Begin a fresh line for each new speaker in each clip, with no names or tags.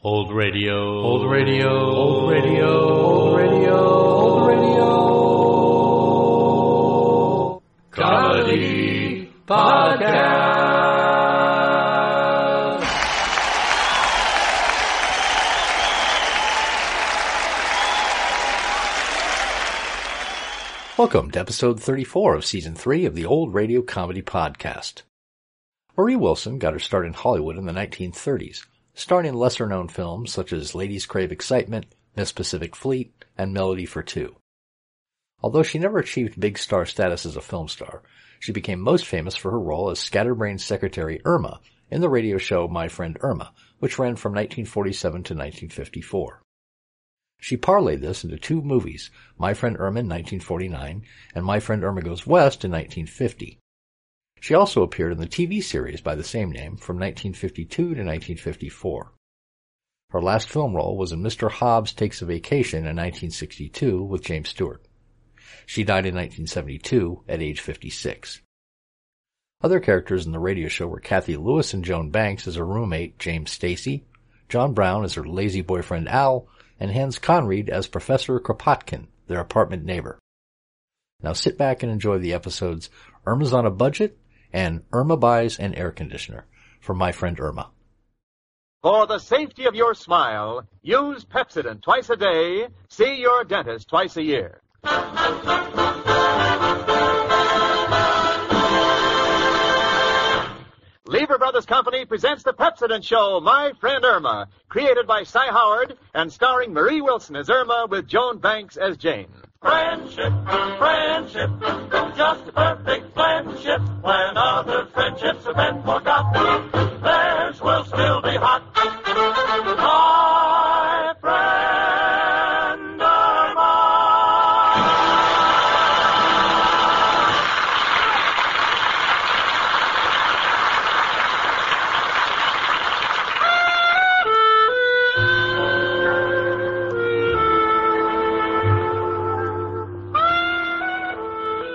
Old radio.
Old radio. Old radio. Old radio. Old radio. Comedy podcast.
Welcome to episode 34 of season 3 of the Old Radio Comedy Podcast. Marie Wilson got her start in Hollywood in the 1930s, starring in lesser known films such as Ladies Crave Excitement, Miss Pacific Fleet, and Melody for Two. Although she never achieved big star status as a film star, she became most famous for her role as scatterbrained secretary Irma in the radio show My Friend Irma, which ran from 1947 to 1954. She parlayed this into two movies, My Friend Irma in 1949 and My Friend Irma Goes West in 1950. She also appeared in the TV series by the same name from 1952 to 1954. Her last film role was in Mr. Hobbs Takes a Vacation in 1962 with James Stewart. She died in 1972 at age 56. Other characters in the radio show were Kathy Lewis and Joan Banks as her roommate, James Stacy, John Brown as her lazy boyfriend Al, and Hans Conried as Professor Kropotkin, their apartment neighbor. Now sit back and enjoy the episodes Irma's on a Budget and Irma buys an air conditioner from my friend Irma.
For the safety of your smile, use Pepsodent twice a day. See your dentist twice a year. Lever Brothers Company presents the Pepsodent Show, My Friend Irma, created by Cy Howard and starring Marie Wilson as Irma with Joan Banks as Jane.
Friendship, friendship, just perfect friendship. When other friendships have been forgot, theirs will still be hot. My friend Irma.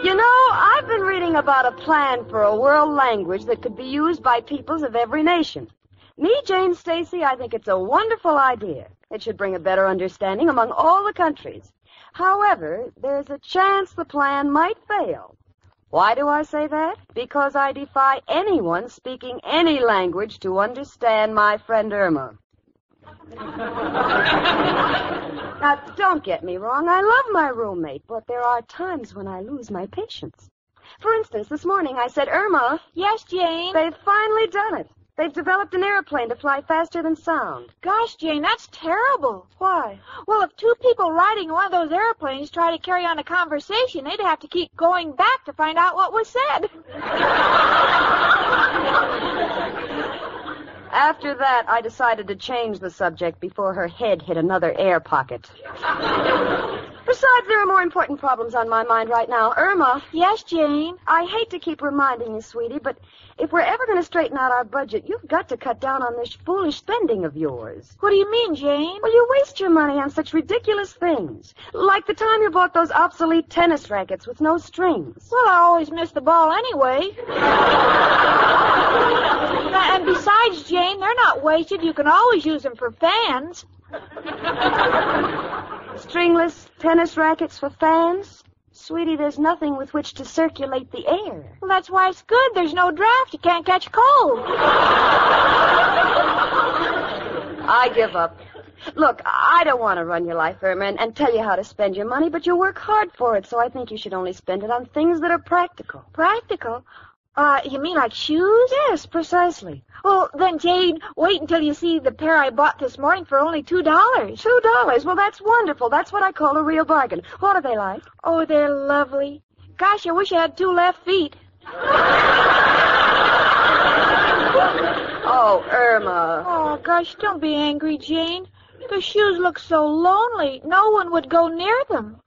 You know, I've been reading about a plan for a world language that could be used by peoples of every nation. Me, Jane Stacy, I think it's a wonderful idea. It should bring a better understanding among all the countries. However, there's a chance the plan might fail. Why do I say that? Because I defy anyone speaking any language to understand my friend Irma. Now, don't get me wrong. I love my roommate, but there are times when I lose my patience. For instance, this morning I said, Irma,
Yes, Jane.
they've finally done it. They've developed an airplane to fly faster than sound.
Gosh, Jane, that's terrible.
Why?
Well, if two people riding one of those airplanes try to carry on a conversation, they'd have to keep going back to find out what was said.
After that, I decided to change the subject before her head hit another air pocket. Besides, there are more important problems on my mind right now. Irma,
Yes, Jane.
I hate to keep reminding you, sweetie, but if we're ever going to straighten out our budget, you've got to cut down on this foolish spending of yours.
What do you mean, Jane?
Well, you waste your money on such ridiculous things, like the time you bought those obsolete tennis rackets with no strings.
Well, I always miss the ball anyway. and besides, Jane, they're not wasted. You can always use them for fans.
Stringless tennis rackets for fans? Sweetie, there's nothing with which to circulate the air.
Well, that's why it's good. There's no draft. You can't catch cold.
I give up. Look, I don't want to run your life, Irma, and, and tell you how to spend your money, but you work hard for it, so I think you should only spend it on things that are practical.
Practical? Uh, you mean like shoes?
Yes, precisely.
Well, then, Jane, wait until you see the pair I bought this morning for only two dollars.
Two dollars. Well, that's wonderful. That's what I call a real bargain. What are they like?
Oh, they're lovely. Gosh, I wish I had two left feet.
Oh, Irma.
Oh, gosh, don't be angry, Jane. The shoes look so lonely. No one would go near them.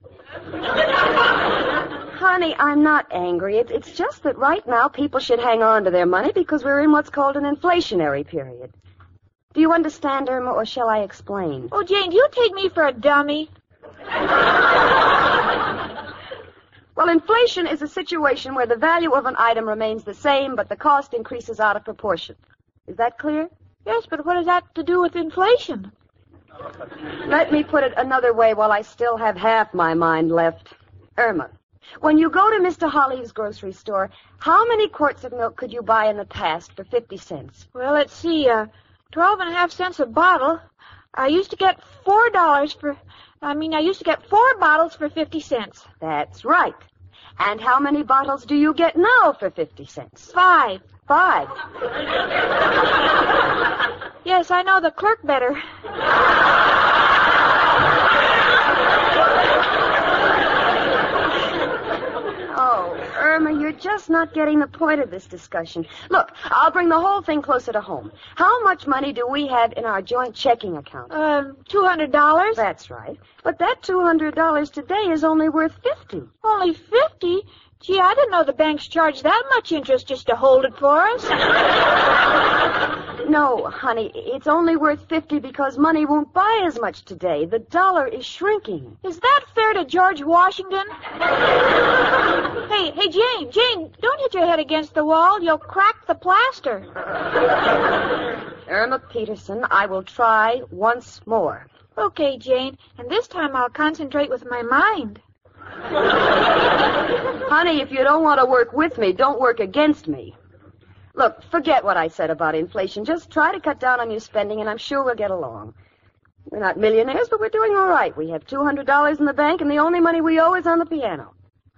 Honey, I'm not angry. It's, it's just that right now people should hang on to their money because we're in what's called an inflationary period. Do you understand, Irma, or shall I explain?
Oh, Jane, do you take me for a dummy?
Well, inflation is a situation where the value of an item remains the same, but the cost increases out of proportion. Is that clear?
Yes, but what does that have to do with inflation?
Let me put it another way while I still have half my mind left. Irma, when you go to Mr. Holly's grocery store, how many quarts of milk could you buy in the past for 50 cents?
Well, let's see, uh, twelve and a half cents a bottle. I used to get four dollars for, I mean, I used to get four bottles for fifty cents.
That's right. And how many bottles do you get now for 50 cents?
Five.
Five.
Yes, I know the clerk better.
Oh, Irma, you're just not getting the point of this discussion. Look, I'll bring the whole thing closer to home. How much money do we have in our joint checking account?
Um, two hundred dollars.
That's right. But that $200 today is only worth 50.
Only fifty. Gee, I didn't know the banks charged that much interest just to hold it for us.
No, honey, it's only worth 50 because money won't buy as much today. The dollar is shrinking.
Is that fair to George Washington? hey, hey, Jane, Jane, don't hit your head against the wall. You'll crack the plaster.
Irma Peterson, I will try once more.
Oh, Okay, Jane, and this time I'll concentrate with my mind.
Honey, if you don't want to work with me, don't work against me. Look, forget what I said about inflation. Just try to cut down on your spending, and I'm sure we'll get along. We're not millionaires, but we're doing all right. We have $200 in the bank, and the only money we owe is on the piano.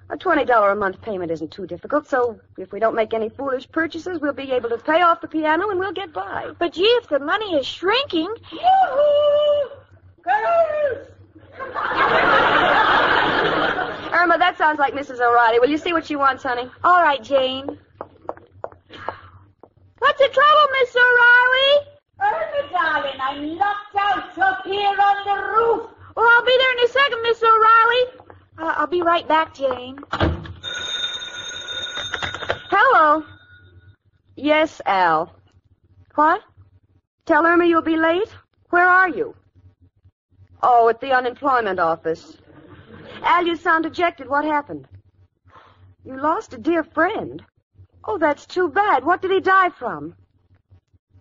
A $20 a month payment isn't too difficult, so if we don't make any foolish purchases, we'll be able to pay off the piano and we'll get by.
But gee, if the money is shrinking,
Irma, that sounds like Mrs. O'Reilly. Will you see what she wants, honey?
all right, Jane. What's the trouble, Miss O'Reilly?
Irma, darling, I'm locked out up here on the roof.
Well, Oh, I'll be there in a second, Miss O'Reilly. Uh, I'll be right back, Jane.
Hello. Yes, Al. What? Tell Irma you'll be late? Where are you? Oh, at the unemployment office. Al, you sound dejected. What happened? You lost a dear friend. Oh, that's too bad. What did he die from?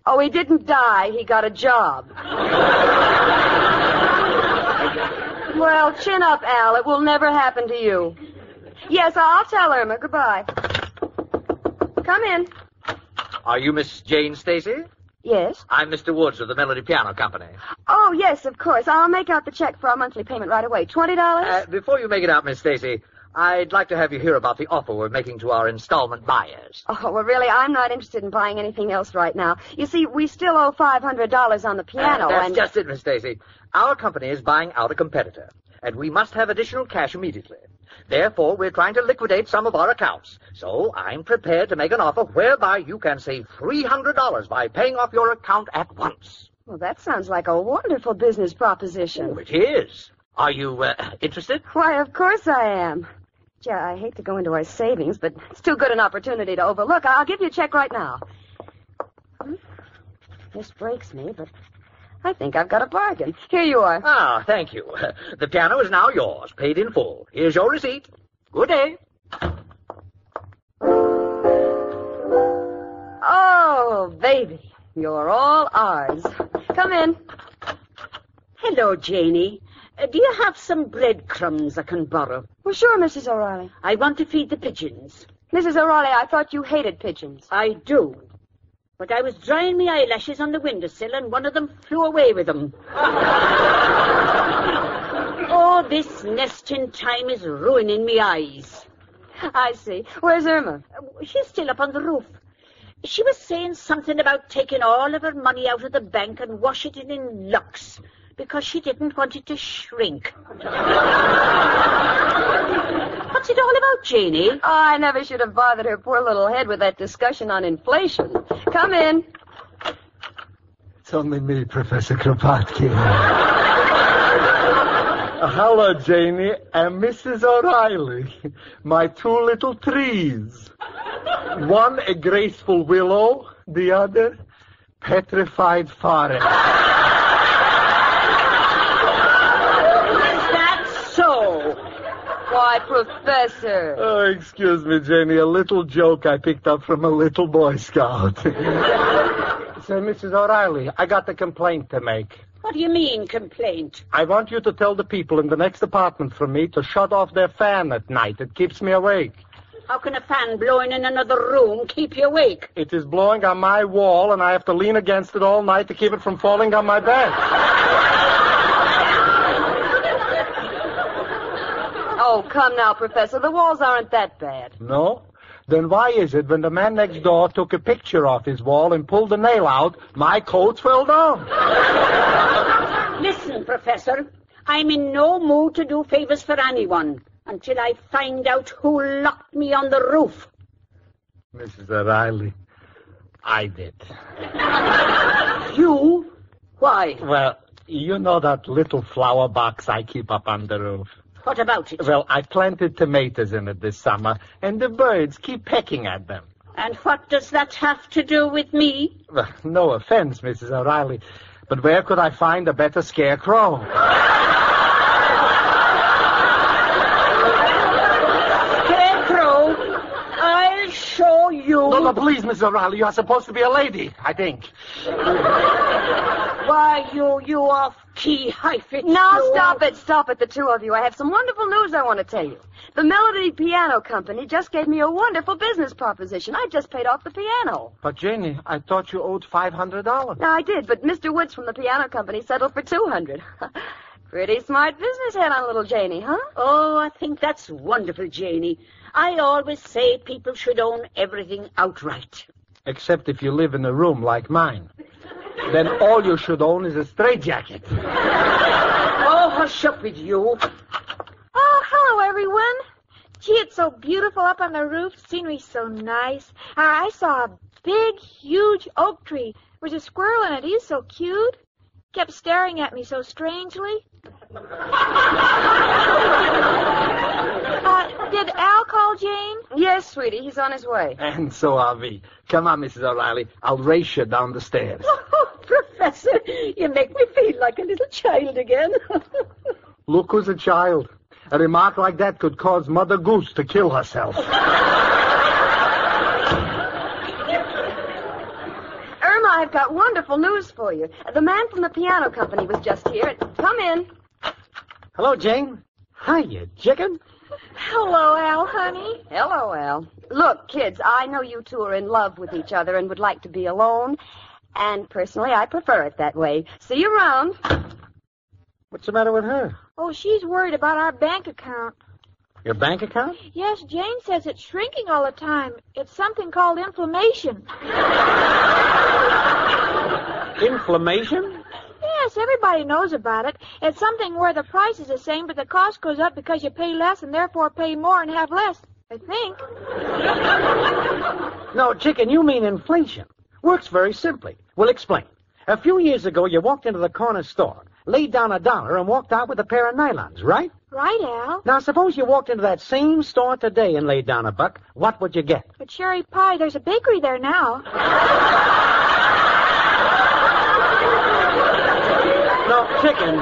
Oh, he didn't die. He got a job. well, chin up, Al. It will never happen to you. Yes, I'll tell Irma. Goodbye. Come in.
Are you Miss Jane Stacy?
Yes.
I'm Mr. Woods of the Melody Piano Company.
Oh, yes, of course. I'll make out the check for our monthly payment right away. Twenty
Uh,
dollars?
before you make it out, Miss Stacy, I'd like to have you hear about the offer we're making to our installment buyers.
Oh, well, really, I'm not interested in buying anything else right now. You see, we still owe five hundred dollars on the piano,
Uh, That's
and
just it, Miss Stacy. Our company is buying out a competitor, and we must have additional cash immediately. Therefore, we're trying to liquidate some of our accounts. So I'm prepared to make an offer whereby you can save $300 by paying off your account at once.
well, that sounds like a wonderful business proposition.
It is. Are you uh, interested?
Why, of course I am. Gee, I hate to go into our savings, but it's too good an opportunity to overlook. I'll give you a check right now. Hmm? This breaks me, but I think I've got a bargain. Here you are.
Ah, thank you. The piano is now yours, paid in full. Here's your receipt. Good day.
Oh, baby, you're all ours. Come in.
Hello, Janie. Uh, do you have some breadcrumbs I can borrow?
Well, sure, Mrs. O'Reilly.
I want to feed the pigeons.
Mrs. O'Reilly, I thought you hated pigeons.
I do. But I was drying my eyelashes on the windowsill and one of them flew away with them. oh, this nesting time is ruining me eyes.
I see. Where's Irma?
Uh, She's still up on the roof. She was saying something about taking all of her money out of the bank and washing it in lux because she didn't want it to shrink. What's it all about, Janie?
Oh, I never should have bothered her poor little head with that discussion on inflation. Come in.
It's only me, Professor Kropotkin.
Hello, Janie and Mrs. O'Reilly. My two little trees. One a graceful willow, the other petrified forest.
That's so. Why, Professor.
Oh, excuse me, Janie. A little joke I picked up from a little Boy Scout. Say, Mrs. O'Reilly, I got a complaint to make.
What do you mean, complaint?
I want you to tell the people in the next apartment from me to shut off their fan at night. It keeps me awake.
How can a fan blowing in another room keep you awake?
It is blowing on my wall, and I have to lean against it all night to keep it from falling on my bed.
Oh, come now, Professor. The walls aren't that bad.
No? Then why is it when the man next door took a picture off his wall and pulled the nail out, my coat fell down?
Listen, Professor, I'm in no mood to do favors for anyone until I find out who locked me on the roof.
Mrs. O'Reilly, I did.
You? Why?
Well, you know that little flower box I keep up on the roof.
What about it?
Well, I planted tomatoes in it this summer, and the birds keep pecking at them.
And what does that have to do with me?
Well, no offense, Mrs. O'Reilly, but where could I find a better scarecrow?
Scarecrow, I'll show you.
No, no, please, Mrs. O'Reilly, you are supposed to be a lady, I think.
Why, you, you off key hyphen.
Now,
you
stop it, stop it, the two of you. I have some wonderful news I want to tell you. The Melody Piano Company just gave me a wonderful business proposition. I just paid off the piano.
But, Janie, I thought you owed $500.
Now, I did, but Mr. Woods from the piano company settled for 200 Pretty smart business head on little Janie, huh?
Oh, I think that's wonderful, Janie. I always say people should own everything outright.
Except if you live in a room like mine. Then all you should own is a straitjacket.
Oh, hush up with you.
Oh, hello, everyone. Gee, it's so beautiful up on the roof. Scenery's so nice. Uh, I saw a big, huge oak tree with a squirrel in it. He's so cute. Kept staring at me so strangely. uh, did Al call Jane?
Yes, sweetie, he's on his way.
And so are we. Come on, Mrs. O'Reilly. I'll race you down the stairs.
Oh, Professor, you make me feel like a little child again.
Look who's a child. A remark like that could cause Mother Goose to kill herself.
Irma, I've got wonderful news for you. The man from the piano company was just here. Come in.
Hello, Jane. Hiya, chicken.
Hello, Al, honey.
Hello, Al. Look, kids, I know you two are in love with each other and would like to be alone. And personally, I prefer it that way. See you around.
What's the matter with her?
Oh, she's worried about our bank account.
Your bank account?
Yes, Jane says it's shrinking all the time. It's something called inflammation.
Inflammation?
Yes, everybody knows about it. It's something where the price is the same, but the cost goes up because you pay less and therefore pay more and have less. I think.
No, chicken, you mean inflation. Works very simply. We'll explain. A few years ago, you walked into the corner store, laid down a dollar, and walked out with a pair of nylons, right?
Right, Al?
Now, suppose you walked into that same store today and laid down a buck. What would you get?
A cherry pie. There's a bakery there now.
No, chicken.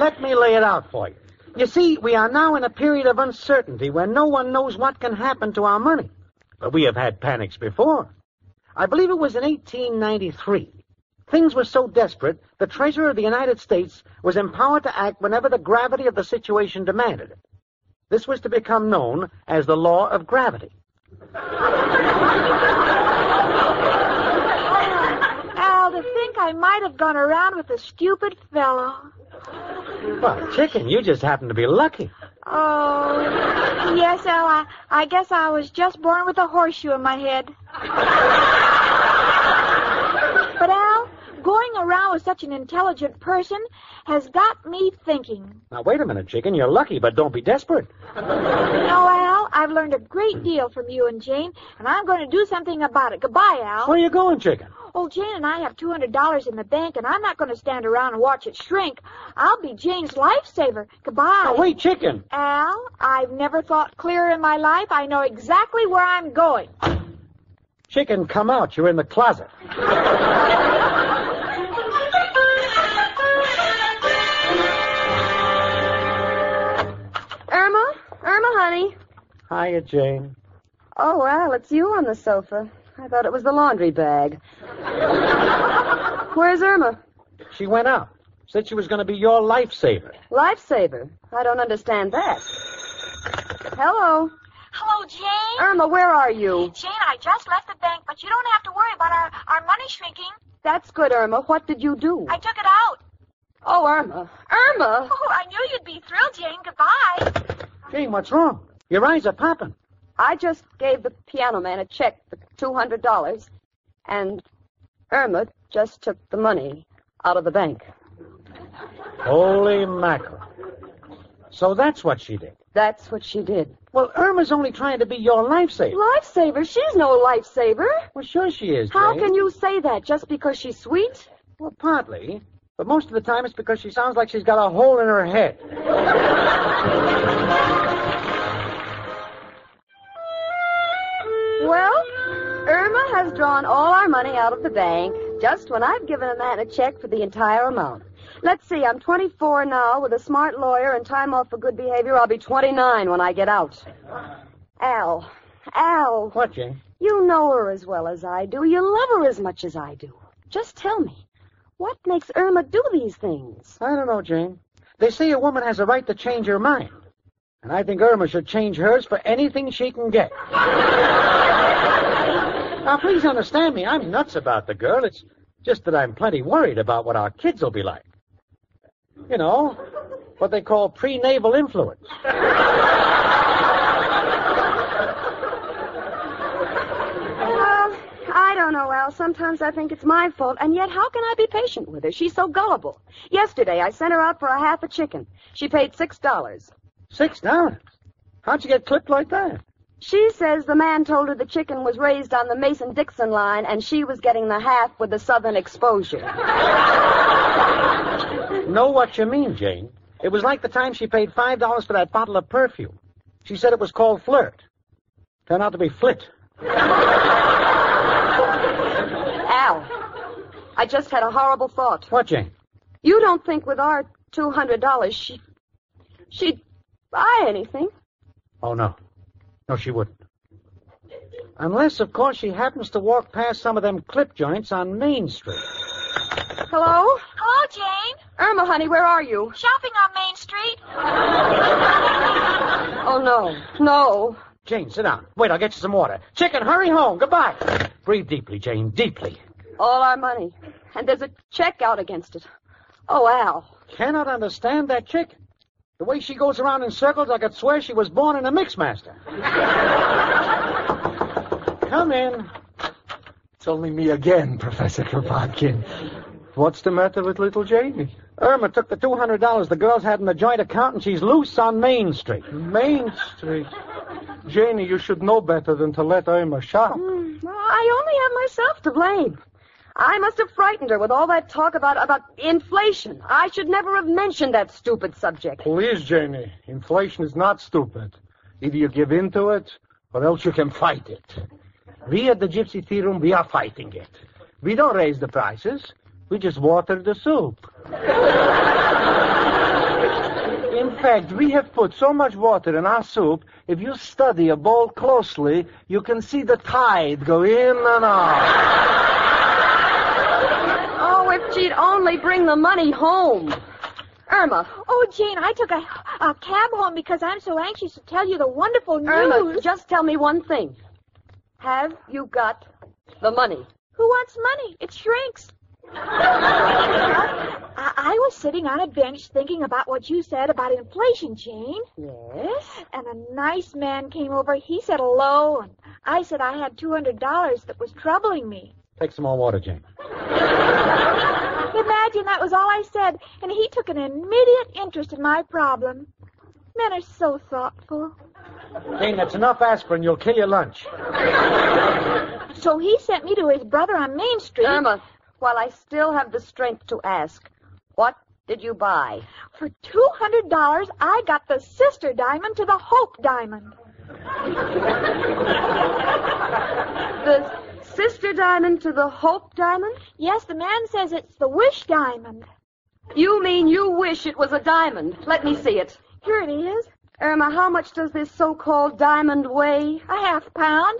Let me lay it out for you. You see, we are now in a period of uncertainty where no one knows what can happen to our money. But we have had panics before. I believe it was in 1893. Things were so desperate, the Treasurer of the United States was empowered to act whenever the gravity of the situation demanded it. This was to become known as the law of gravity.
Al, to think I might have gone around with a stupid fellow.
Well, chicken, you just happen to be lucky.
Oh, yes, Al, I, I guess I was just born with a horseshoe in my head. But, Al, going around with such an intelligent person has got me thinking.
Now, wait a minute, chicken. You're lucky, but don't be desperate.
You know, Al, I've learned a great deal from you and Jane, and I'm going to do something about it. Goodbye, Al.
Where you going, chicken?
Oh, Jane and I have $200 in the bank, and I'm not going to stand around and watch it shrink. I'll be Jane's lifesaver. Goodbye.
Now, wait, chicken.
Al, I've never thought clearer in my life. I know exactly where I'm going.
Chicken, come out. You're in the closet.
Irma? Irma, honey.
Hiya, Jane.
Oh, well, it's you on the sofa. I thought it was the laundry bag. Where's Irma?
She went out. Said she was going to be your lifesaver.
Lifesaver? I don't understand that. Hello.
Hello, Jane.
Irma, where are you?
Jane, I just left the bank, but you don't have to worry about our, our money shrinking.
That's good, Irma. What did you do?
I took it out.
Oh, Irma. Irma!
Oh, I knew you'd be thrilled, Jane. Goodbye.
Jane, what's wrong? Your eyes are popping.
I just gave the piano man a check for $200, and Irma just took the money out of the bank.
Holy mackerel. So that's what she did.
That's what she did.
Well, Irma's only trying to be your lifesaver.
Lifesaver? She's no lifesaver.
Well, sure she is.
How
Jane.
can you say that? Just because she's sweet?
Well, partly. But most of the time it's because she sounds like she's got a hole in her head.
well, Irma has drawn all our money out of the bank just when I've given a man a check for the entire amount. Let's see, I'm 24 now. With a smart lawyer and time off for good behavior, I'll be 29 when I get out. Al. Al.
What, Jane?
You know her as well as I do. You love her as much as I do. Just tell me, what makes Irma do these things?
I don't know, Jane. They say a woman has a right to change her mind. And I think Irma should change hers for anything she can get. now, please understand me. I'm nuts about the girl. It's just that I'm plenty worried about what our kids will be like. You know, what they call prenatal influence.
Well, I don't know, Al. Sometimes I think it's my fault, and yet how can I be patient with her? She's so gullible. Yesterday, I sent her out for a half a chicken. She paid six dollars.
Six dollars? How'd you get clipped like that?
She says the man told her the chicken was raised on the Mason Dixon line and she was getting the half with the southern exposure.
know what you mean, Jane. It was like the time she paid five dollars for that bottle of perfume. She said it was called flirt. Turned out to be flit.
Al, I just had a horrible thought.
What, Jane?
You don't think with our two hundred dollars she she'd buy anything?
Oh, no. No, she wouldn't. Unless, of course, she happens to walk past some of them clip joints on Main Street.
Hello?
Hello, Jane.
Irma, honey, where are you?
Shopping on Main Street.
oh, no. No.
Jane, sit down. Wait, I'll get you some water. Chicken, hurry home. Goodbye. Breathe deeply, Jane, deeply.
All our money. And there's a check out against it. Oh, Al.
Cannot understand that chicken. The way she goes around in circles, I could swear she was born in a mixmaster. Come in.
It's only me again, Professor Kropotkin.
What's the matter with little Jamie?
Irma took the $200 the girls had in the joint account, and she's loose on Main Street.
Main Street? Janie, you should know better than to let Irma shop.
Mm, well, I only have myself to blame. I must have frightened her with all that talk about about inflation. I should never have mentioned that stupid subject.
Please, Janie, inflation is not stupid. Either you give in to it, or else you can fight it. We at the Gypsy Tea Room, we are fighting it. We don't raise the prices. We just water the soup. in fact, we have put so much water in our soup, if you study a bowl closely, you can see the tide go in and out.
Oh, if she'd only bring the money home. Irma.
Oh, Jane, I took a, a cab home because I'm so anxious to tell you the wonderful news.
Irma, just tell me one thing. Have you got the money?
Who wants money? It shrinks. I, I was sitting on a bench thinking about what you said about inflation, Jane.
Yes?
And a nice man came over. He said hello, and I said I had $200 that was troubling me.
Take some more water, Jane.
Imagine that was all I said, and he took an immediate interest in my problem. Men are so thoughtful.
Jane, that's enough aspirin. You'll kill your lunch.
So he sent me to his brother on Main Street.
Irma, while I still have the strength to ask, what did you buy?
For $200, I got the sister diamond to the Hope diamond.
The sister diamond to the hope diamond?
Yes, the man says it's the wish diamond.
You mean you wish it was a diamond? Let me see it.
Here it is.
Irma, how much does this so-called diamond weigh?
A half pound.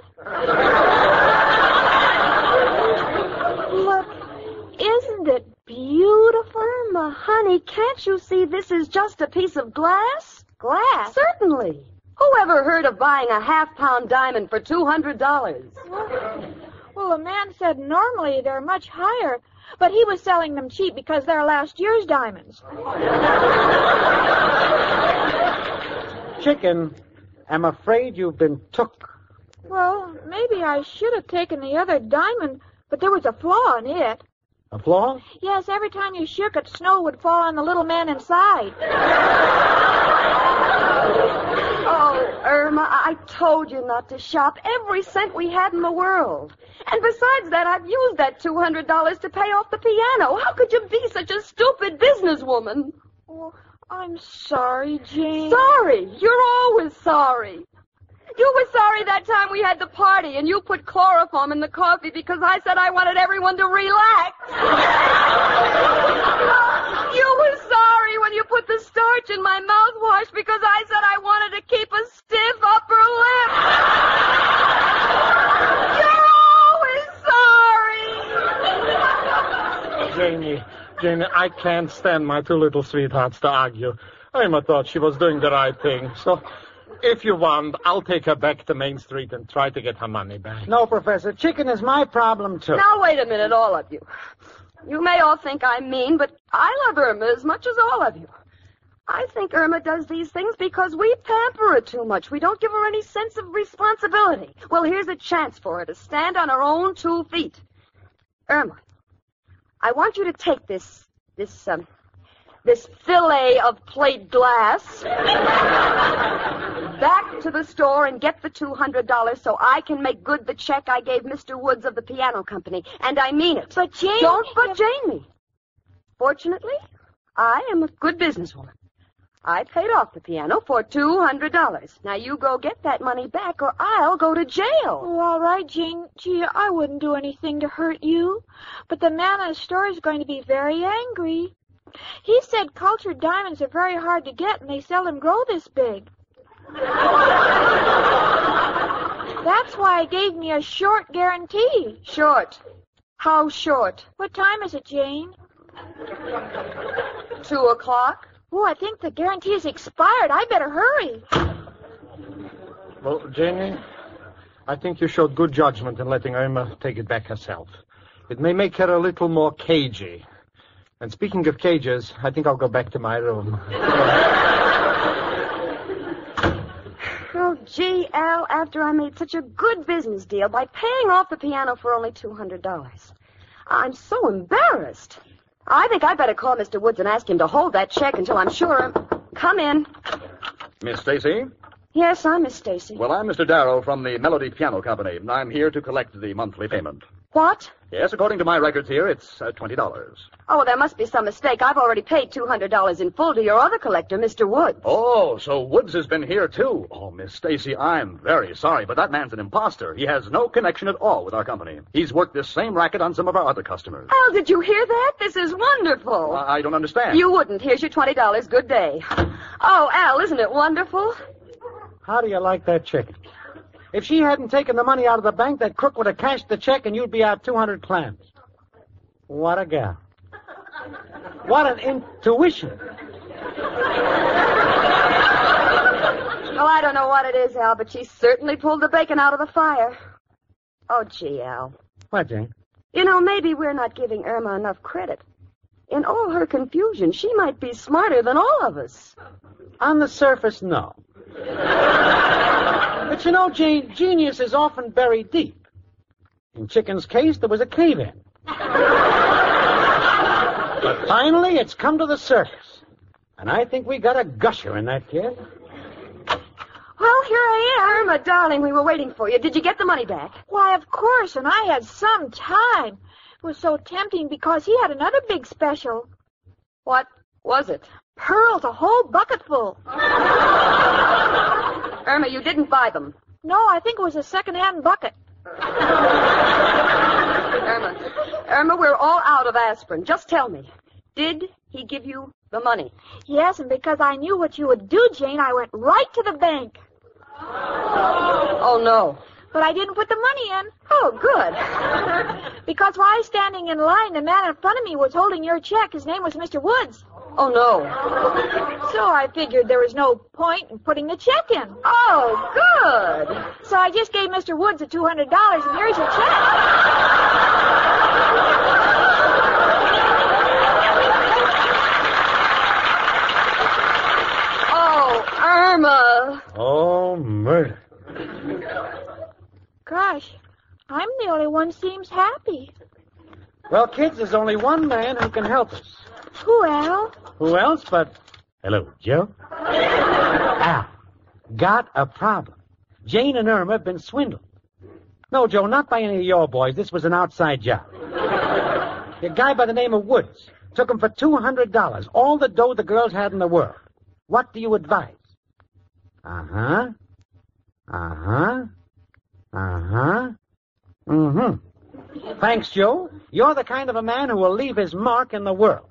Look, isn't it beautiful? Irma, honey, can't you see this is just a piece of glass? Glass?
Certainly. Whoever heard of buying a half-pound diamond for $200?
Well, the man said normally they're much higher, but he was selling them cheap because they're last year's diamonds.
Chicken, I'm afraid you've been took.
Well, maybe I should have taken the other diamond, but there was a flaw in it.
A flaw?
Yes, every time you shook it, snow would fall on the little man inside.
Oh, Irma, I told you not to shop every cent we had in the world. And besides that, I've used that $200 to pay off the piano. How could you be such a stupid businesswoman?
Oh, I'm sorry, Jane.
Sorry? You're always sorry. You were sorry that time we had the party and you put chloroform in the coffee because I said I wanted everyone to relax. oh, you were sorry when you put the starch in my mouthwash because I said I wanted to keep a stiff upper lip. You're always sorry.
Jamie, Jamie, I can't stand my two little sweethearts to argue. Irma thought she was doing the right thing, so if you want, I'll take her back to Main Street and try to get her money back.
No, Professor. Chicken is my problem, too.
Now, wait a minute, all of you. You may all think I'm mean, but I love Irma as much as all of you. I think Irma does these things because we pamper her too much. We don't give her any sense of responsibility. Well, here's a chance for her to stand on her own two feet. Irma, I want you to take this, this, um, this fillet of plate glass back to the store and get the $200 so I can make good the check I gave Mr. Woods of the piano company. And I mean it.
But Jane...
Don't but Jane me. Fortunately, I am a good businesswoman. I paid off the piano for $200. Now you go get that money back or I'll go to jail.
Oh, all right, Jane. Gee, I wouldn't do anything to hurt you. But the man at the store is going to be very angry. He said cultured diamonds are very hard to get and they seldom grow this big. That's why he gave me a short guarantee.
Short? How short?
What time is it, Jane?
Two o'clock.
Oh, I think the guarantee is expired. I better hurry.
Well, Janie, I think you showed good judgment in letting Irma take it back herself. It may make her a little more cagey. And speaking of cages, I think I'll go back to my room.
oh, gee, Al, after I made such a good business deal by paying off the piano for only $200. I'm so embarrassed. I think I'd better call Mr. Woods and ask him to hold that check until I'm sure. Come in.
Miss Stacy?
Yes, I'm Miss Stacy.
Well, I'm Mr. Darrow from the Melody Piano Company. I'm here to collect the monthly payment.
What?
Yes, according to my records here, it's uh, $20.
Oh, well, there must be some mistake. I've already paid $200 in full to your other collector, Mr. Woods.
Oh, so Woods has been here, too. Oh, Miss Stacy, I'm very sorry, but that man's an impostor. He has no connection at all with our company. He's worked this same racket on some of our other customers. Oh,
Al, did you hear that? This is wonderful.
I, I don't understand.
You wouldn't. Here's your $20. Good day. Oh, Al, isn't it wonderful?
How do you like that chicken? If she hadn't taken the money out of the bank, that crook would have cashed the check and you'd be out 200 clams. What a gal. What an intuition.
Well, I don't know what it is, Al, but she certainly pulled the bacon out of the fire. Oh, gee, Al.
What, Jane?
You know, maybe we're not giving Irma enough credit. In all her confusion, she might be smarter than all of us.
On the surface, no. But you know, Jane, genius is often buried deep. In Chicken's case, there was a cave in. but finally, it's come to the surface. And I think we got a gusher in that kid.
Well, here I am. Irma, darling, we were waiting for you. Did you get the money back?
Why, of course, and I had some time. It was so tempting because he had another big special.
What was it?
Pearls, a whole bucketful.
Irma, you didn't buy them.
No, I think it was a second-hand bucket.
Irma, Irma, we're all out of aspirin. Just tell me, did he give you the money?
Yes, and because I knew what you would do, Jane, I went right to the bank.
Oh, no.
But I didn't put the money in.
Oh, good.
because while I was standing in line, the man in front of me was holding your check. His name was Mr. Woods.
Oh, no.
So I figured there was no point in putting the check in.
Oh, good.
So I just gave Mr. Woods the $200, and here's your check.
Oh, Irma.
Oh, murder.
Gosh, I'm the only one seems happy.
Well, kids, there's only one man who can help us.
Who else?
Who else but...
Hello, Joe?
Al, got a problem. Jane and Irma have been swindled. No, Joe, not by any of your boys. This was an outside job. a guy by the name of Woods took him for $200, all the dough the girls had in the world. What do you advise? Uh huh. Uh huh. Uh huh. Mm hmm. Thanks, Joe. You're the kind of a man who will leave his mark in the world.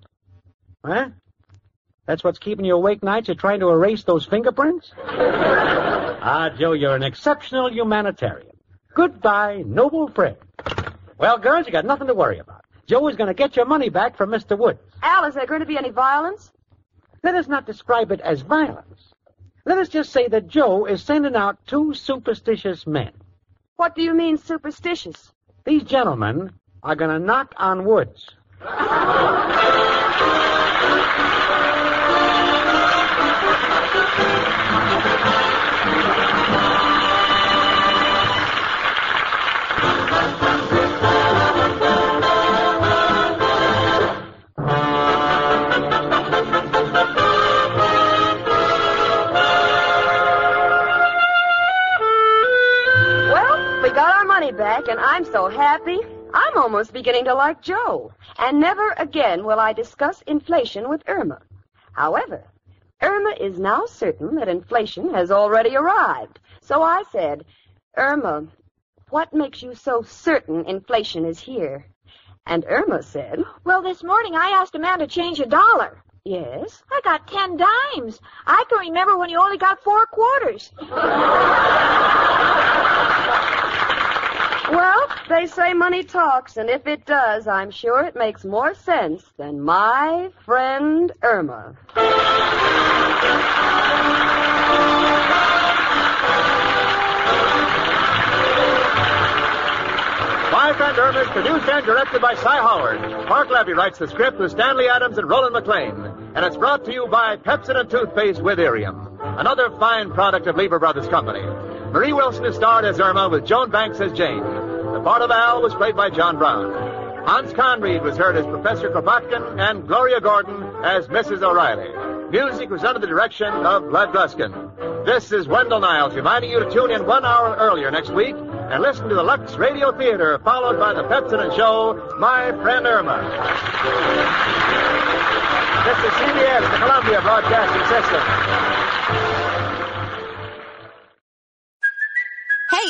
Huh? That's what's keeping you awake nights? You're trying to erase those fingerprints? ah, Joe, you're an exceptional humanitarian. Goodbye, noble friend. Well, girls, you got nothing to worry about. Joe is going to get your money back from Mr. Woods.
Al, is there going to be any violence?
Let us not describe it as violence. Let us just say that Joe is sending out two superstitious men.
What do you mean, superstitious?
These gentlemen are going to knock on woods.
back, and I'm so happy. I'm almost beginning to like Joe. And never again will I discuss inflation with Irma. However, Irma is now certain that inflation has already arrived. So I said, Irma, what makes you so certain inflation is here? And Irma said,
Well, this morning I asked a man to change a dollar.
Yes?
I got ten dimes. I can remember when you only got four quarters.
Well, they say money talks, and if it does, I'm sure it makes more sense than my friend Irma.
My Friend Irma is produced and directed by Cy Howard. Mark Levy writes the script with Stanley Adams and Roland McLean. And it's brought to you by Pepsin and Toothpaste with Irium, another fine product of Lever Brothers Company. Marie Wilson is starred as Irma with Joan Banks as Jane. The part of Al was played by John Brown. Hans Conried was heard as Professor Kropotkin and Gloria Gordon as Mrs. O'Reilly. Music was under the direction of Lud Gluskin. This is Wendell Niles reminding you to tune in one hour earlier next week and listen to the Lux Radio Theater followed by the Pepsin Show, My Friend Irma. this is CBS, the Columbia Broadcasting System.
Hey,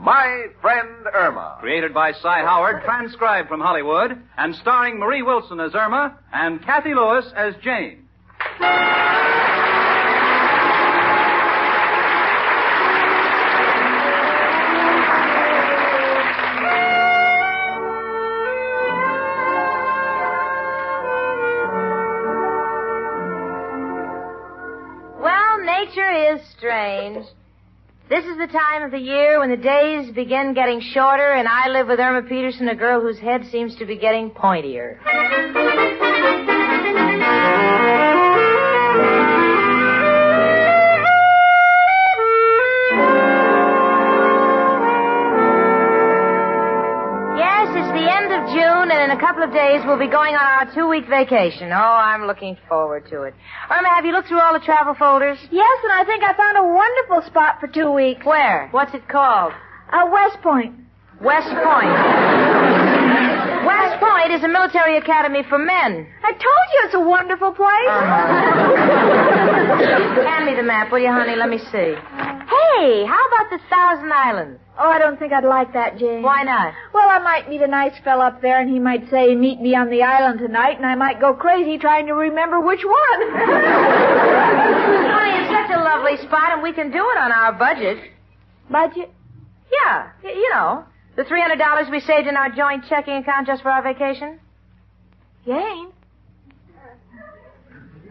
My Friend Irma.
Created by Cy Howard, transcribed from Hollywood, and starring Marie Wilson as Irma and Kathy Lewis as Jane.
Well, nature is strange. This is the time of the year when the days begin getting shorter, and I live with Irma Peterson, a girl whose head seems to be getting pointier. Yes, it's the end of June, and in a couple of days we'll be going on our two week vacation. Oh, I'm looking forward to it. Irma, have you looked through all the travel folders?
Yes, and I think I found a wonderful spot for two weeks.
Where? What's it called?
Uh, West Point.
West Point. West Point is a military academy for men.
I
Uh-huh.
told you it's a wonderful place.
Hand me the map, will you, honey? Let me see. Hey, how about the Thousand Islands?
Oh, I don't think I'd like that, Jane.
Why not?
Well, I might meet a nice fellow up there, and he might say, meet me on the island tonight, and I might go crazy trying to remember which one.
honey, it's such a lovely spot, and we can do it on our budget.
Budget?
Yeah, y- you know, the $300 we saved in our joint checking account just for our vacation.
Jane?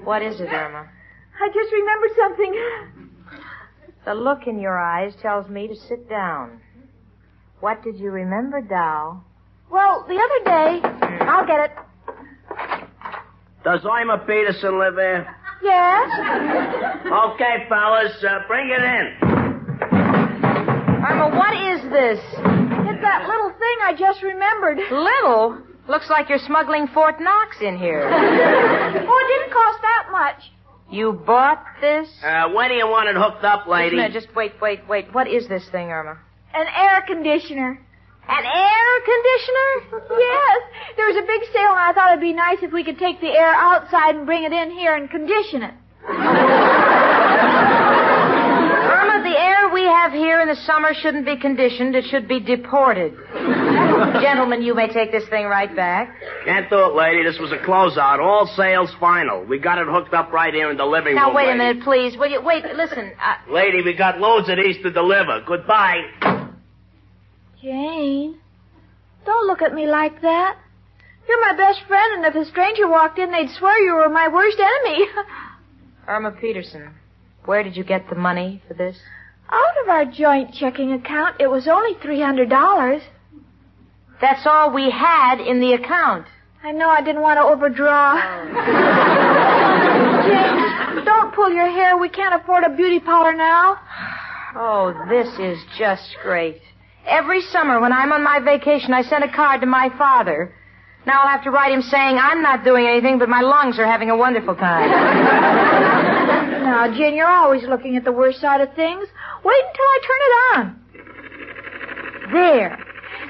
What is it, Irma?
I just remembered something.
The look in your eyes tells me to sit down. What did you remember, Dow?
Well, the other day, I'll get it.
Does Ima Peterson live there?
Yes?
Okay, fellas, uh, bring it in.
Irma, what is this?
It's that little thing I just remembered.
Little? Looks like you're smuggling Fort Knox in here.
Oh, it didn't cost that much.
you bought this?
Uh, when do you want it hooked up,
Just a
lady?
minute, just wait, wait, wait. What is this thing, Irma?
An air conditioner.
An air conditioner?
yes. There was a big sale, and I thought it'd be nice if we could take the air outside and bring it in here and condition it.
Irma, the air we have here in the summer shouldn't be conditioned. It should be deported. Gentlemen, you may take this thing right back.
Can't do it, lady. This was a closeout. All sales final. We got it hooked up right here in the living
now,
room.
wait
lady.
a minute, please. Will you wait? Listen, Uh, I,
Lady, we got loads of these to deliver. Goodbye.
Jane, don't look at me like that. You're my best friend, and if a stranger walked in, they'd swear you were my worst enemy.
Irma Peterson, where did you get the money for this?
Out of our joint checking account, it was only $300.
That's all we had in the account.
I know I didn't want to overdraw.
Oh.
Jane, don't pull your hair. We can't afford a beauty parlor now.
Oh, this is just great. Every summer when I'm on my vacation, I send a card to my father. Now I'll have to write him saying I'm not doing anything, but my lungs are having a wonderful time.
Now, Jane, you're always looking at the worst side of things. Wait until I turn it on. There.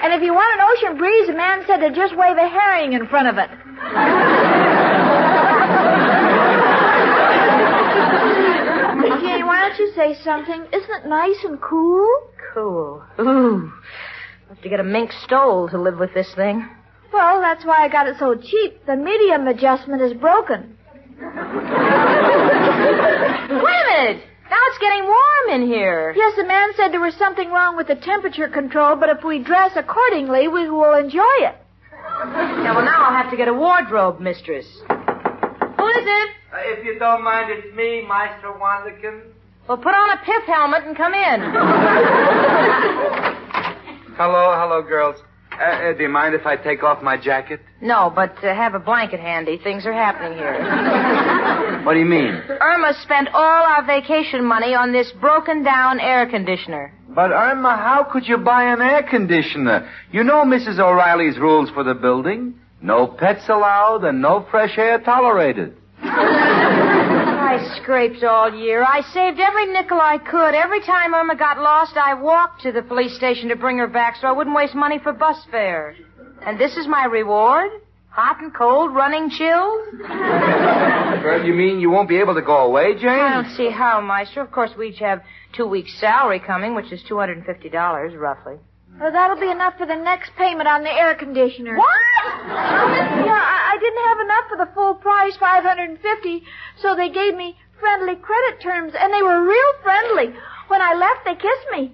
And if you want an ocean breeze, a man said to just wave a herring in front of it. Jane, why don't you say something? Isn't it nice and cool?
cool. Ooh. I'll have to get a mink stole to live with this thing.
Well, that's why I got it so cheap. The medium adjustment is broken.
Wait a minute! Now it's getting warm in here.
Yes, the man said there was something wrong with the temperature control, but if we dress accordingly, we will enjoy it.
Yeah, well, now I'll have to get a wardrobe mistress. Who is it?
Uh, if you don't mind, it's me, Maestro Wanderkin.
Well, put on a pith helmet and come in.
Hello, hello, girls. Uh, uh, do you mind if I take off my jacket?
no, but uh, have a blanket handy. Things are happening here.
What do you mean?
Irma spent all our vacation money on this broken down air conditioner.
But Irma, how could you buy an air conditioner? You know Mrs. O'Reilly's rules for the building. No pets allowed and no fresh air tolerated.
I scraped all year. I saved every nickel I could. Every time Irma got lost, I walked to the police station to bring her back so I wouldn't waste money for bus fare. And this is my reward? Hot and cold, running chills?
Girl, you mean you won't be able to go away, Jane?
I don't see how, Maestro. Of course, we each have two weeks' salary coming, which is $250, roughly.
Well, that'll be enough for the next payment on the air conditioner.
What?
yeah, I, I didn't have enough for the full price, 550 so they gave me friendly credit terms, and they were real friendly. When I left, they kissed me.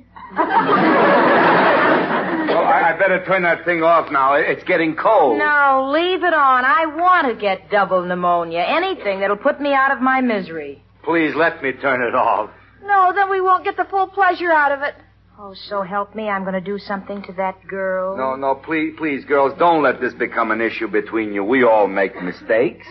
Well, I, I better turn that thing off now. It- It's getting cold.
No, leave it on. I want to get double pneumonia. Anything that'll put me out of my misery.
Please let me turn it off.
No, then we won't get the full pleasure out of it.
Oh, so help me, I'm going to do something to that girl.
No, no, please, please, girls, don't let this become an issue between you. We all make mistakes.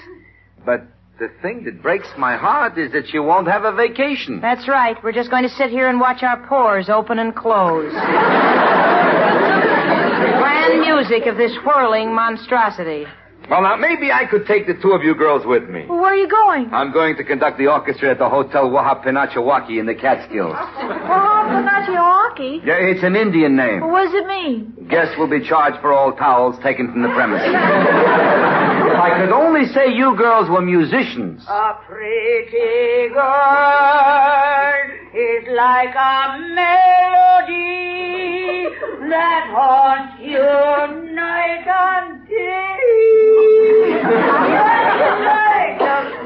But the thing that breaks my heart is that you won't have a vacation.
That's right. We're just going to sit here and watch our pores open and close. Grand music of this whirling monstrosity.
Well, now, maybe I could take the two of you girls with me.
Well, where are you going?
I'm going to conduct the orchestra at the Hotel Wahapenachawaki in the Catskills.
Oh, Wahapenachawaki?
Yeah, it's an Indian name.
Well, what does it mean?
Guests will be charged for all towels taken from the premises. if I could only say you girls were musicians.
A pretty girl is like a melody that haunts you night and day. Just like a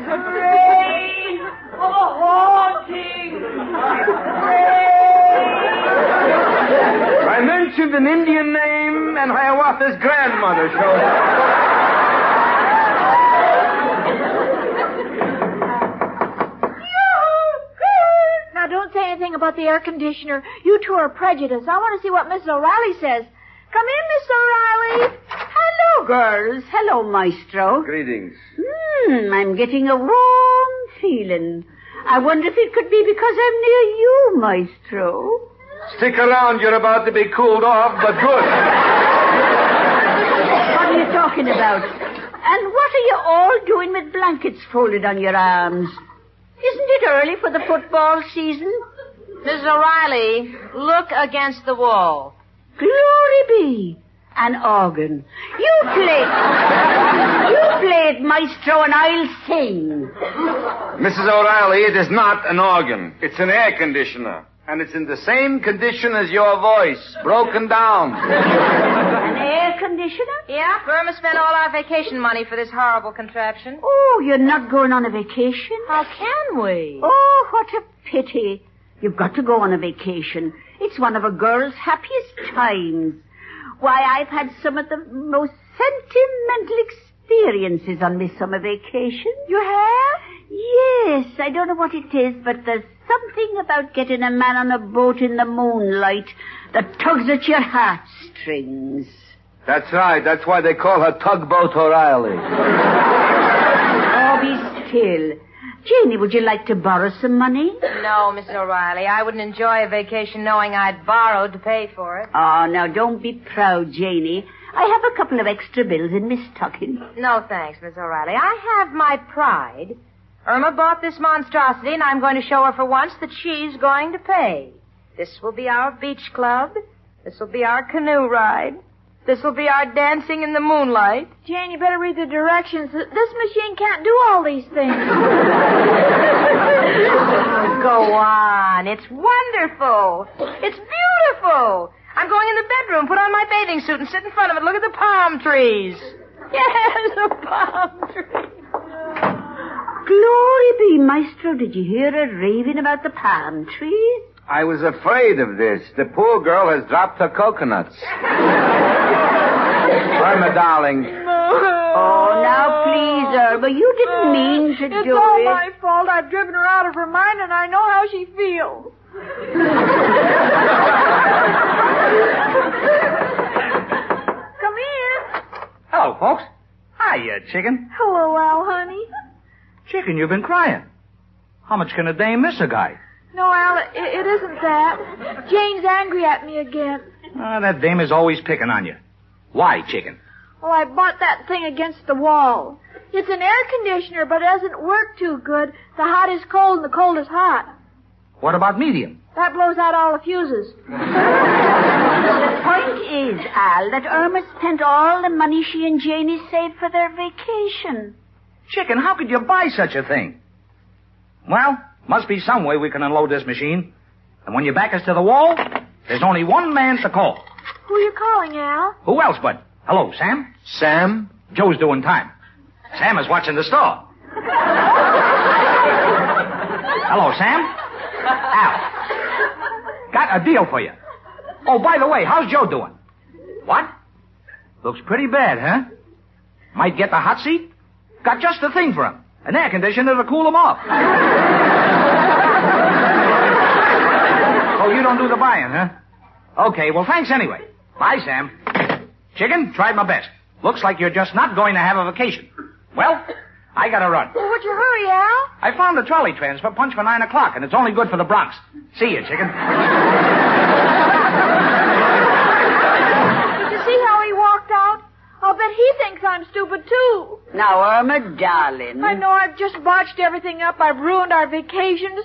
grain of haunting, I pray.
I mentioned an Indian name and Hiawatha's grandmother showed up.
Now, don't say anything about the air conditioner. You two are prejudiced. I want to see what Mrs. O'Reilly says. Come in, Miss O'Reilly.
Hello, girls. Hello, maestro.
Greetings.
Hmm, I'm getting a warm feeling. I wonder if it could be because I'm near you, maestro.
Stick around, you're about to be cooled off, but good.
What are you talking about? And what are you all doing with blankets folded on your arms? Isn't it early for the football season?
Mrs. O'Reilly, look against the wall.
Glory be. An organ. You play. you play it, maestro, and I'll sing.
Mrs. O'Reilly, it is not an organ. It's an air conditioner. And it's in the same condition as your voice, broken down.
An air conditioner?
Yeah, Burma spent all our vacation money for this horrible contraption.
Oh, you're not going on a vacation?
How can we?
Oh, what a pity. You've got to go on a vacation. It's one of a girl's happiest times. Why, I've had some of the most sentimental experiences on my summer vacation.
You have?
Yes, I don't know what it is, but there's something about getting a man on a boat in the moonlight that tugs at your heartstrings.
That's right. That's why they call her Tugboat O'Reilly.
oh, be still. Janie, would you like to borrow some money?
No, Miss O'Reilly. I wouldn't enjoy a vacation knowing I'd borrowed to pay for it.
Oh, now don't be proud, Janie. I have a couple of extra bills in Miss Stocking.
No, thanks, Miss O'Reilly. I have my pride. Irma bought this monstrosity, and I'm going to show her for once that she's going to pay. This will be our beach club. This will be our canoe ride. This will be our dancing in the moonlight.
Jane, you better read the directions. This machine can't do all these things.
oh, go on. It's wonderful. It's beautiful. I'm going in the bedroom, put on my bathing suit, and sit in front of it. Look at the palm trees. Yes, the palm trees.
Glory be, maestro. Did you hear her raving about the palm trees?
I was afraid of this. The poor girl has dropped her coconuts. Irma, darling.
Oh, now please, Irma, you didn't mean to
Uh, it's
do
all
it.
my fault. I've driven her out of her mind, and I know how she feels. Come in.
Hello, folks. Hiya, chicken.
Hello, Al, honey.
Chicken, you've been crying. How much can a dame miss a guy?
No, Al, it, it isn't that. Jane's angry at me again.
Ah, that dame is always picking on you. Why, chicken?
Well, Oh, I bought that thing against the wall. It's an air conditioner, but it doesn't work too good. The hot is cold and the cold is hot.
What about medium?
That blows out all the fuses.
The point is, Al, that Irma spent all the money she and Janie saved for their vacation.
Chicken, how could you buy such a thing? Well, must be some way we can unload this machine. And when you back us to the wall, there's only one man to call.
Who are you calling, Al?
Who else but? Hello, Sam?
Sam?
Joe's doing time. Sam is watching the store. Hello, Sam? Al. Got a deal for you. Oh, by the way, how's Joe doing? What? Looks pretty bad, huh? Might get the hot seat? Got just the thing for him. An air conditioner to cool him off. Oh, you don't do the buying, huh? Okay, well, thanks anyway. Bye, Sam. Chicken, tried my best. Looks like you're just not going to have a vacation. Well, I gotta run.
Well, would you hurry, Al?
I found the trolley transfer punch for nine o'clock, and it's only good for the Bronx. See you, chicken.
Did you see how he walked out? I'll bet he thinks I'm stupid, too.
Now, Irma, darling.
I know I've just botched everything up. I've ruined our vacations.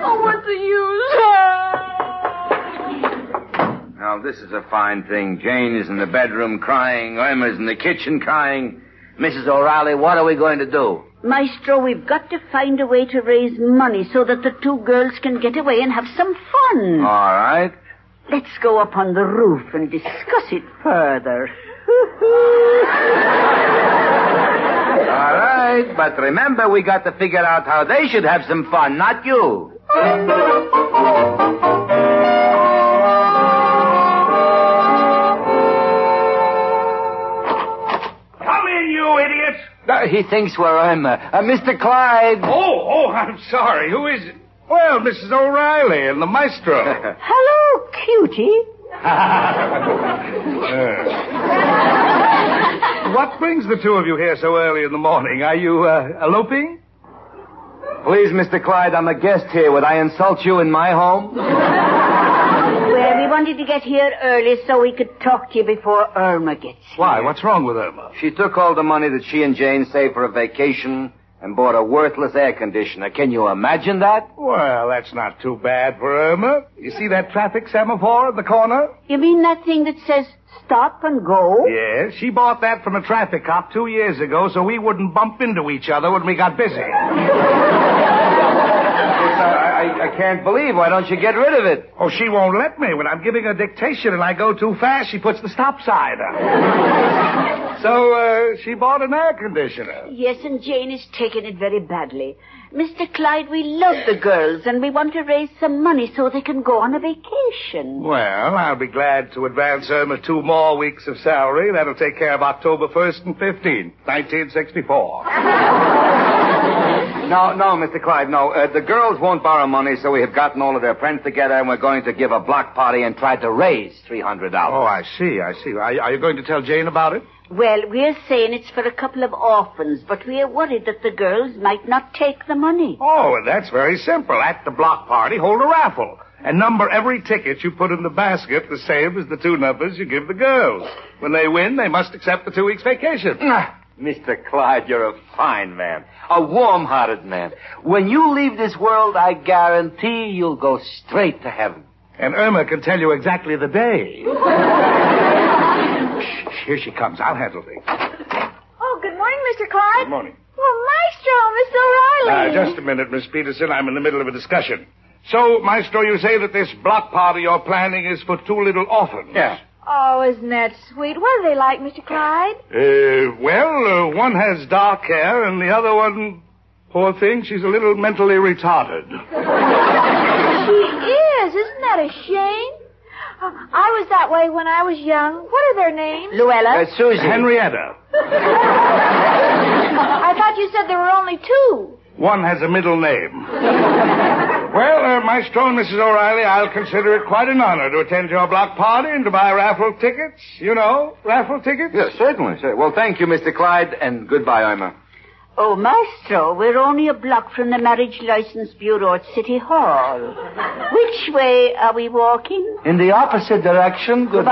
Oh, what's the use?
Now, this is a fine thing. Jane is in the bedroom crying. Irma's in the kitchen crying. Mrs. O'Reilly, what are we going to do?
Maestro, we've got to find a way to raise money so that the two girls can get away and have some fun.
All right.
Let's go up on the roof and discuss it further.
All right. But remember, we got to figure out how they should have some fun, not you.
Come in, you idiots!
Uh, he thinks we're Irma. Uh, Mr. Clyde.
Oh, oh, I'm sorry. Who is it? Well, Mrs. O'Reilly and the maestro.
Hello, cutie.
what brings the two of you here so early in the morning? Are you uh, eloping?
Please, Mr. Clyde, I'm a guest here. Would I insult you in my home?
Well, we wanted to get here early so we could talk to you before Irma gets
Why?
What's wrong with Irma?
She took all the money that she and Jane saved for a vacation and bought a worthless air conditioner. Can you imagine that?
Well, that's not too bad for Irma. You see that traffic semaphore at the corner?
You mean that thing that says stop and go?
Yes, she bought that from a traffic cop two years ago so we wouldn't bump into each other when we got busy.
I, I can't believe. Why don't you get rid of it?
Oh, she won't let me. When I'm giving her dictation and I go too fast, she puts the stop sign up. so, uh, she bought an air conditioner.
Yes, and Jane is taking it very badly. Mr. Clyde, we love the girls and we want to raise some money so they can go on a vacation.
Well, I'll be glad to advance Irma two more weeks of salary. That'll take care of October 1st and 15th, 1964.
No, no, Mr. Clyde, no. Uh, the girls won't borrow money, so we have gotten all of their friends together and we're going to give a block party and try to raise $300.
Oh, I see, I see. Are, are you going to tell Jane about it?
Well, we're saying it's for a couple of orphans, but we are worried that the girls might not take the money.
Oh, and that's very simple. At the block party, hold a raffle. And number every ticket you put in the basket the same as the two numbers you give the girls. When they win, they must accept the two weeks vacation.
Mr. Ah, Clyde, you're a fine man. A warm hearted man. When you leave this world, I guarantee you'll go straight to heaven.
And Irma can tell you exactly the day. Here she comes. I'll handle things.
Oh, good morning, Mr. Clyde.
Good morning. Uh,
Well, Maestro, Mr. O'Reilly.
just a minute, Miss Peterson. I'm in the middle of a discussion. So, Maestro, you say that this block party you're planning is for two little orphans. Yeah.
Oh, isn't that sweet? What are they like, Mr. Clyde?
Uh, well, uh, one has dark hair, and the other one, poor thing, she's a little mentally retarded.
she is. Isn't that a shame? Uh, I was that way when I was young. What are their names?
Luella.
Susie.
Henrietta.
I thought you said there were only two.
One has a middle name. well, uh, Maestro and Mrs. O'Reilly, I'll consider it quite an honor to attend your block party and to buy raffle tickets. You know, raffle tickets?
Yes, certainly. sir. Well, thank you, Mr. Clyde, and goodbye, Irma.
Oh, Maestro, we're only a block from the Marriage License Bureau at City Hall. Which way are we walking?
In the opposite direction,
Oh,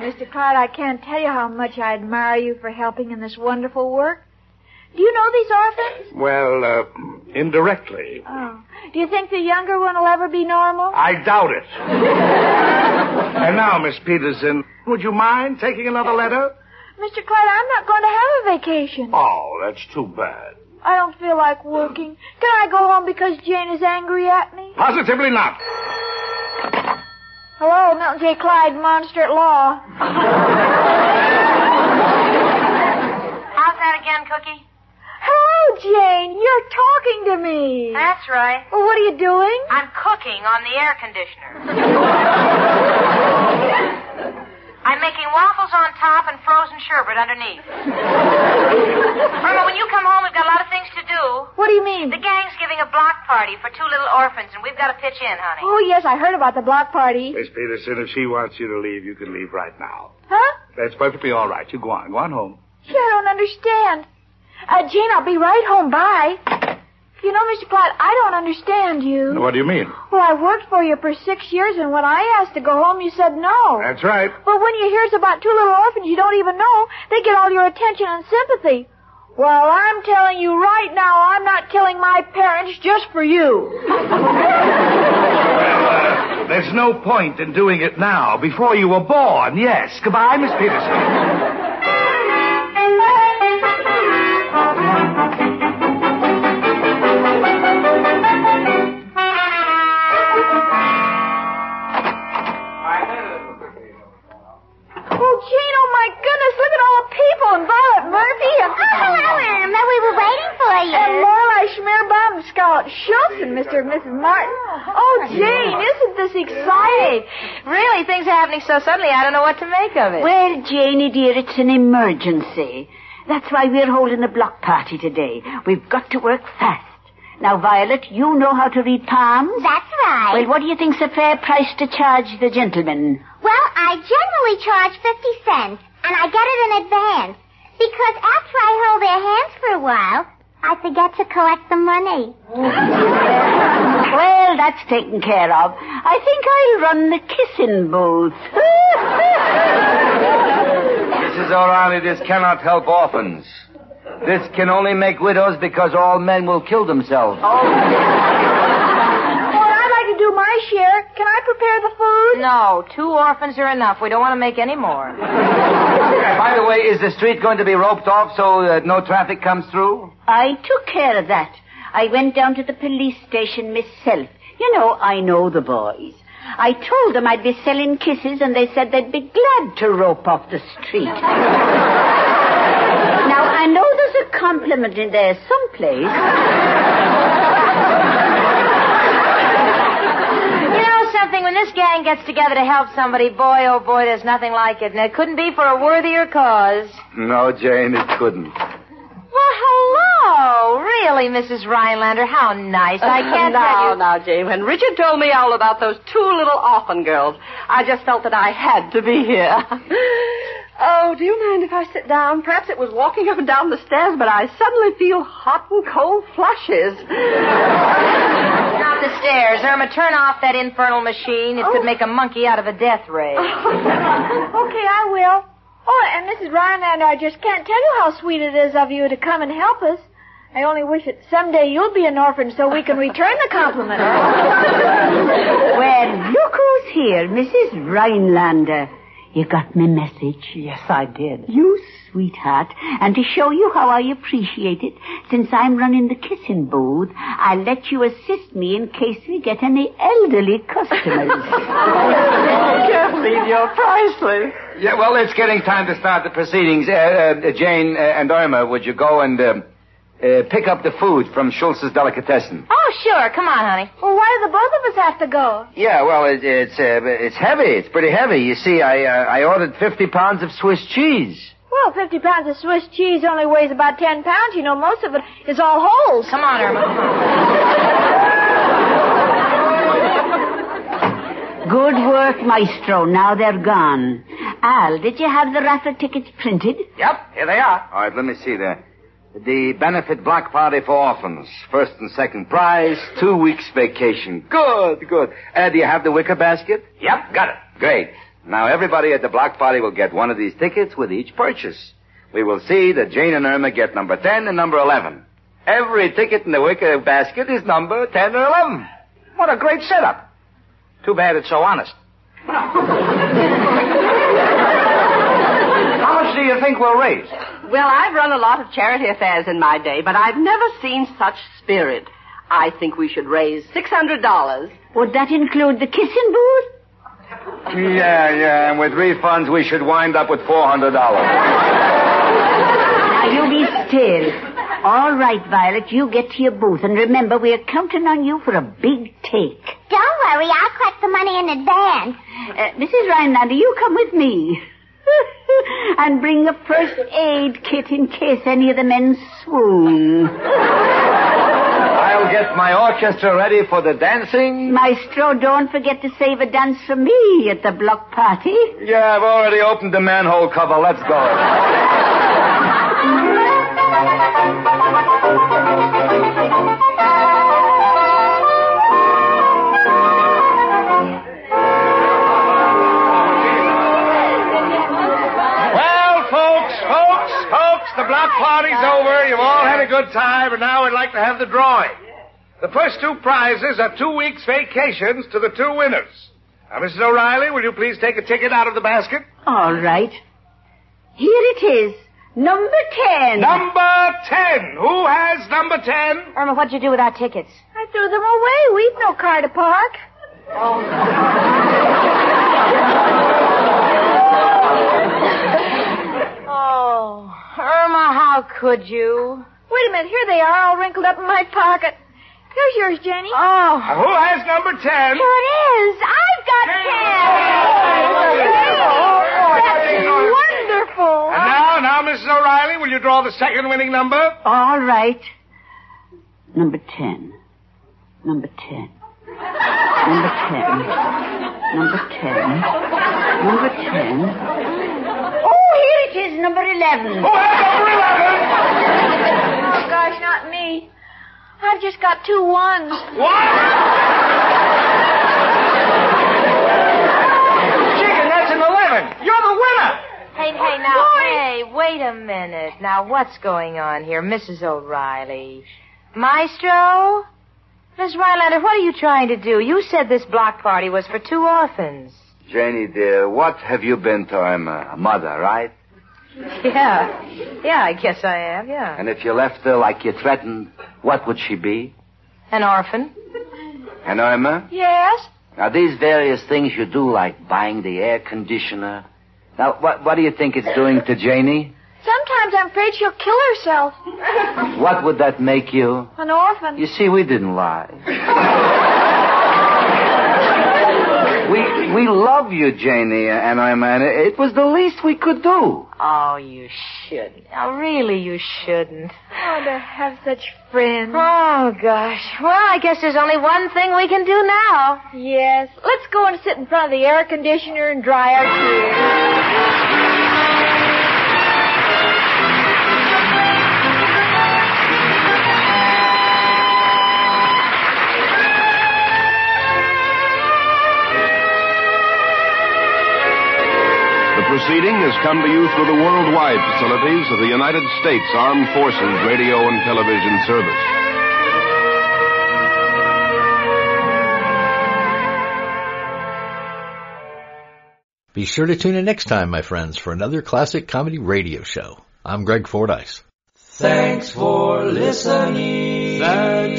Mr. Clyde, I can't tell you how much I admire you for helping in this wonderful work. Do you know these orphans?
Well, uh, indirectly.
Oh. Do you think the younger one will ever be normal?
I doubt it. and now, Miss Peterson, would you mind taking another letter?
Mr. Clyde, I'm not going to have a vacation.
Oh, that's too bad.
I don't feel like working. Can I go home because Jane is angry at me?
Positively not.
Hello, Milton J. Clyde, monster at law.
How's that again, Cookie?
Hello, Jane. You're talking to me.
That's right.
Well, what are you doing?
I'm cooking on the air conditioner. I'm making waffles on top and frozen sherbet underneath. Irma, when you come home, we've got a lot of things to do.
What do you mean?
The gang's giving a block party. party for two little orphans, and we've got to pitch in, honey.
Oh, yes, I heard about the block party.
Miss Peterson, if she wants you to leave, you can leave right now.
Huh?
That's perfectly all right. You go on. Go on home.
Gee, I don't understand. Uh, Jane, I'll be right home. Bye. You know, Mr. Platt, I don't understand you.
What do you mean?
Well, I worked for you for six years, and when I asked to go home, you said no.
That's right.
But when you hears about two little orphans you don't even know, they get all your attention and sympathy. Well, I'm telling you right now, I'm not killing my parents just for you.
There's no point in doing it now, before you were born, yes. Goodbye, Miss Peterson.
Oh, Jane, oh my goodness, look at all the people and Violet Murphy and... Oh, hello, Irma, we were waiting for you. And Lorelei Schmeerbaum and Scarlett Schultz and Mr. and Mrs. Martin. Oh, Jane, isn't this exciting?
Really, things are happening so suddenly, I don't know what to make of it.
Well, Janie dear, it's an emergency. That's why we're holding a block party today. We've got to work fast. Now, Violet, you know how to read palms? That's
right.
Well, what do you think's a fair price to charge the gentleman?
Well, I generally charge 50 cents, and I get it in advance. Because after I hold their hands for a while, I forget to collect the money.
Well, that's taken care of. I think I'll run the kissing booth.
Mrs. O'Reilly, this cannot help orphans. This can only make widows because all men will kill themselves.
Well, I'd like to do my share. Can I prepare the food?
No, two orphans are enough. We don't want to make any more.
By the way, is the street going to be roped off so that no traffic comes through?
I took care of that. I went down to the police station myself. You know, I know the boys. I told them I'd be selling kisses, and they said they'd be glad to rope off the street. now, I know there's a compliment in there someplace.
You know something? When this gang gets together to help somebody, boy, oh boy, there's nothing like it. And it couldn't be for a worthier cause.
No, Jane, it couldn't.
Well, hello. Oh, Really, Mrs. Rhinelander, how nice. I can't
now,
tell you.
now, Jane. When Richard told me all about those two little orphan girls, I just felt that I had to be here. oh, do you mind if I sit down? Perhaps it was walking up and down the stairs, but I suddenly feel hot and cold flushes.
Not the stairs. Irma, turn off that infernal machine. It
Oh.
could make a monkey out of a death ray. Oh,
Okay, I will. Oh, and Mrs. Rhinelander, I just can't tell you how sweet it is of you to come and help us. I only wish that someday you'll be an orphan so we can return the compliment.
well, look who's here, Mrs. Rhinelander. You got my message? Yes, I did. You sweetheart. And to show you how I appreciate it, since I'm running the kissing booth, I'll let you assist me in case we get any elderly customers.
Kathleen, you're priceless.
Yeah, well, it's getting time to start the proceedings. Uh, uh, Jane uh, and Irma, would you go and uh, uh, pick up the food from Schultz's Delicatessen?
Oh, sure. Come on, honey.
Well, why do the both of us have to go?
Yeah, well, it, it's uh, it's heavy. It's pretty heavy. You see, I uh, I ordered fifty pounds of Swiss cheese.
Well, 50 pounds of Swiss cheese only weighs about 10 pounds. You know, most of it is all holes.
Come on,
Good work, Maestro. Now they're gone. Al, did you have the raffle tickets printed?
Yep, here they are. All right, let me see there. The benefit block party for orphans. First and second prize, two weeks vacation. Good, good. Uh, do you have the wicker basket? Yep, got it. Great. Now everybody at the block party will get one of these tickets with each purchase. We will see that Jane and Irma get number 10 and number 11. Every ticket in the wicker basket is number 10 or 11. What a great setup. Too bad it's so honest. How much do you think we'll raise?
Well, I've run a lot of charity affairs in my day, but I've never seen such spirit. I think we should raise $600.
Would that include the kissing booth?
Yeah, yeah, and with refunds we should wind up with $400.
Now you be still. All right, Violet, you get to your booth, and remember, we're counting on you for a big take.
Don't worry, I'll collect the money in advance.
Uh, Mrs. Rhinelander, you come with me. and bring the first aid kit in case any of the men swoon.
I'll get my orchestra ready for the dancing?
Maestro, don't forget to save a dance for me at the block party.
Yeah, I've already opened the manhole cover. Let's go.
Well, folks, folks, folks, the block party's over. You've all had a good time, and now we'd like to have the drawing. The first two prizes are two weeks' vacations to the two winners. Now, Mrs. O'Reilly, will you please take a ticket out of the basket?
All right. Here it is. Number ten.
Number ten. Who has number ten?
Irma, what'd you do with our tickets?
I threw them away. We've no car to park.
Oh, Irma, how could you?
Wait a minute. Here they are, all wrinkled up in my pocket. Here's yours, Jenny.
Oh.
Now, Who has number ten?
Here it is. I've got ten. That's wonderful.
Oh.
And now, now, Mrs. O'Reilly, will you draw the second winning number?
All right. Number ten. Number ten. Number ten. Number ten. Number ten. Oh, here it is, number eleven.
Oh, gosh, not me. I've just got two ones.
Chicken, that's an eleven. You're the winner.
Hey, hey, now, hey, wait a minute. Now, what's going on here, Mrs. O'Reilly? Maestro? Miss Rylander, what are you trying to do? You said this block party was for two orphans.
Janie, dear, what have you been to Emma? A mother, right?
Yeah. Yeah, I guess I am, yeah.
And if you left her like you threatened, what would she be?
An orphan?
And Irma?
Yes?
Now, these various things you do, like buying the air conditioner. Now, what, what do you think it's doing to Janie?
Sometimes I'm afraid she'll kill herself.
What would that make you?
An orphan.
You see, we didn't lie. We, we love you, Janie and Irma, and it was the least we could do.
Oh, you shouldn't. Oh, really, you shouldn't.
Oh, to have such friends.
Oh, gosh. Well, I guess there's only one thing we can do now.
Yes. Let's go and sit in front of the air conditioner and dry our tears.
The proceeding has come to you through the worldwide facilities of the United States Armed Forces Radio and Television Service.
Be sure to tune in next time, my friends, for another classic comedy radio show. I'm Greg Fordyce.
Thanks for listening. Thanks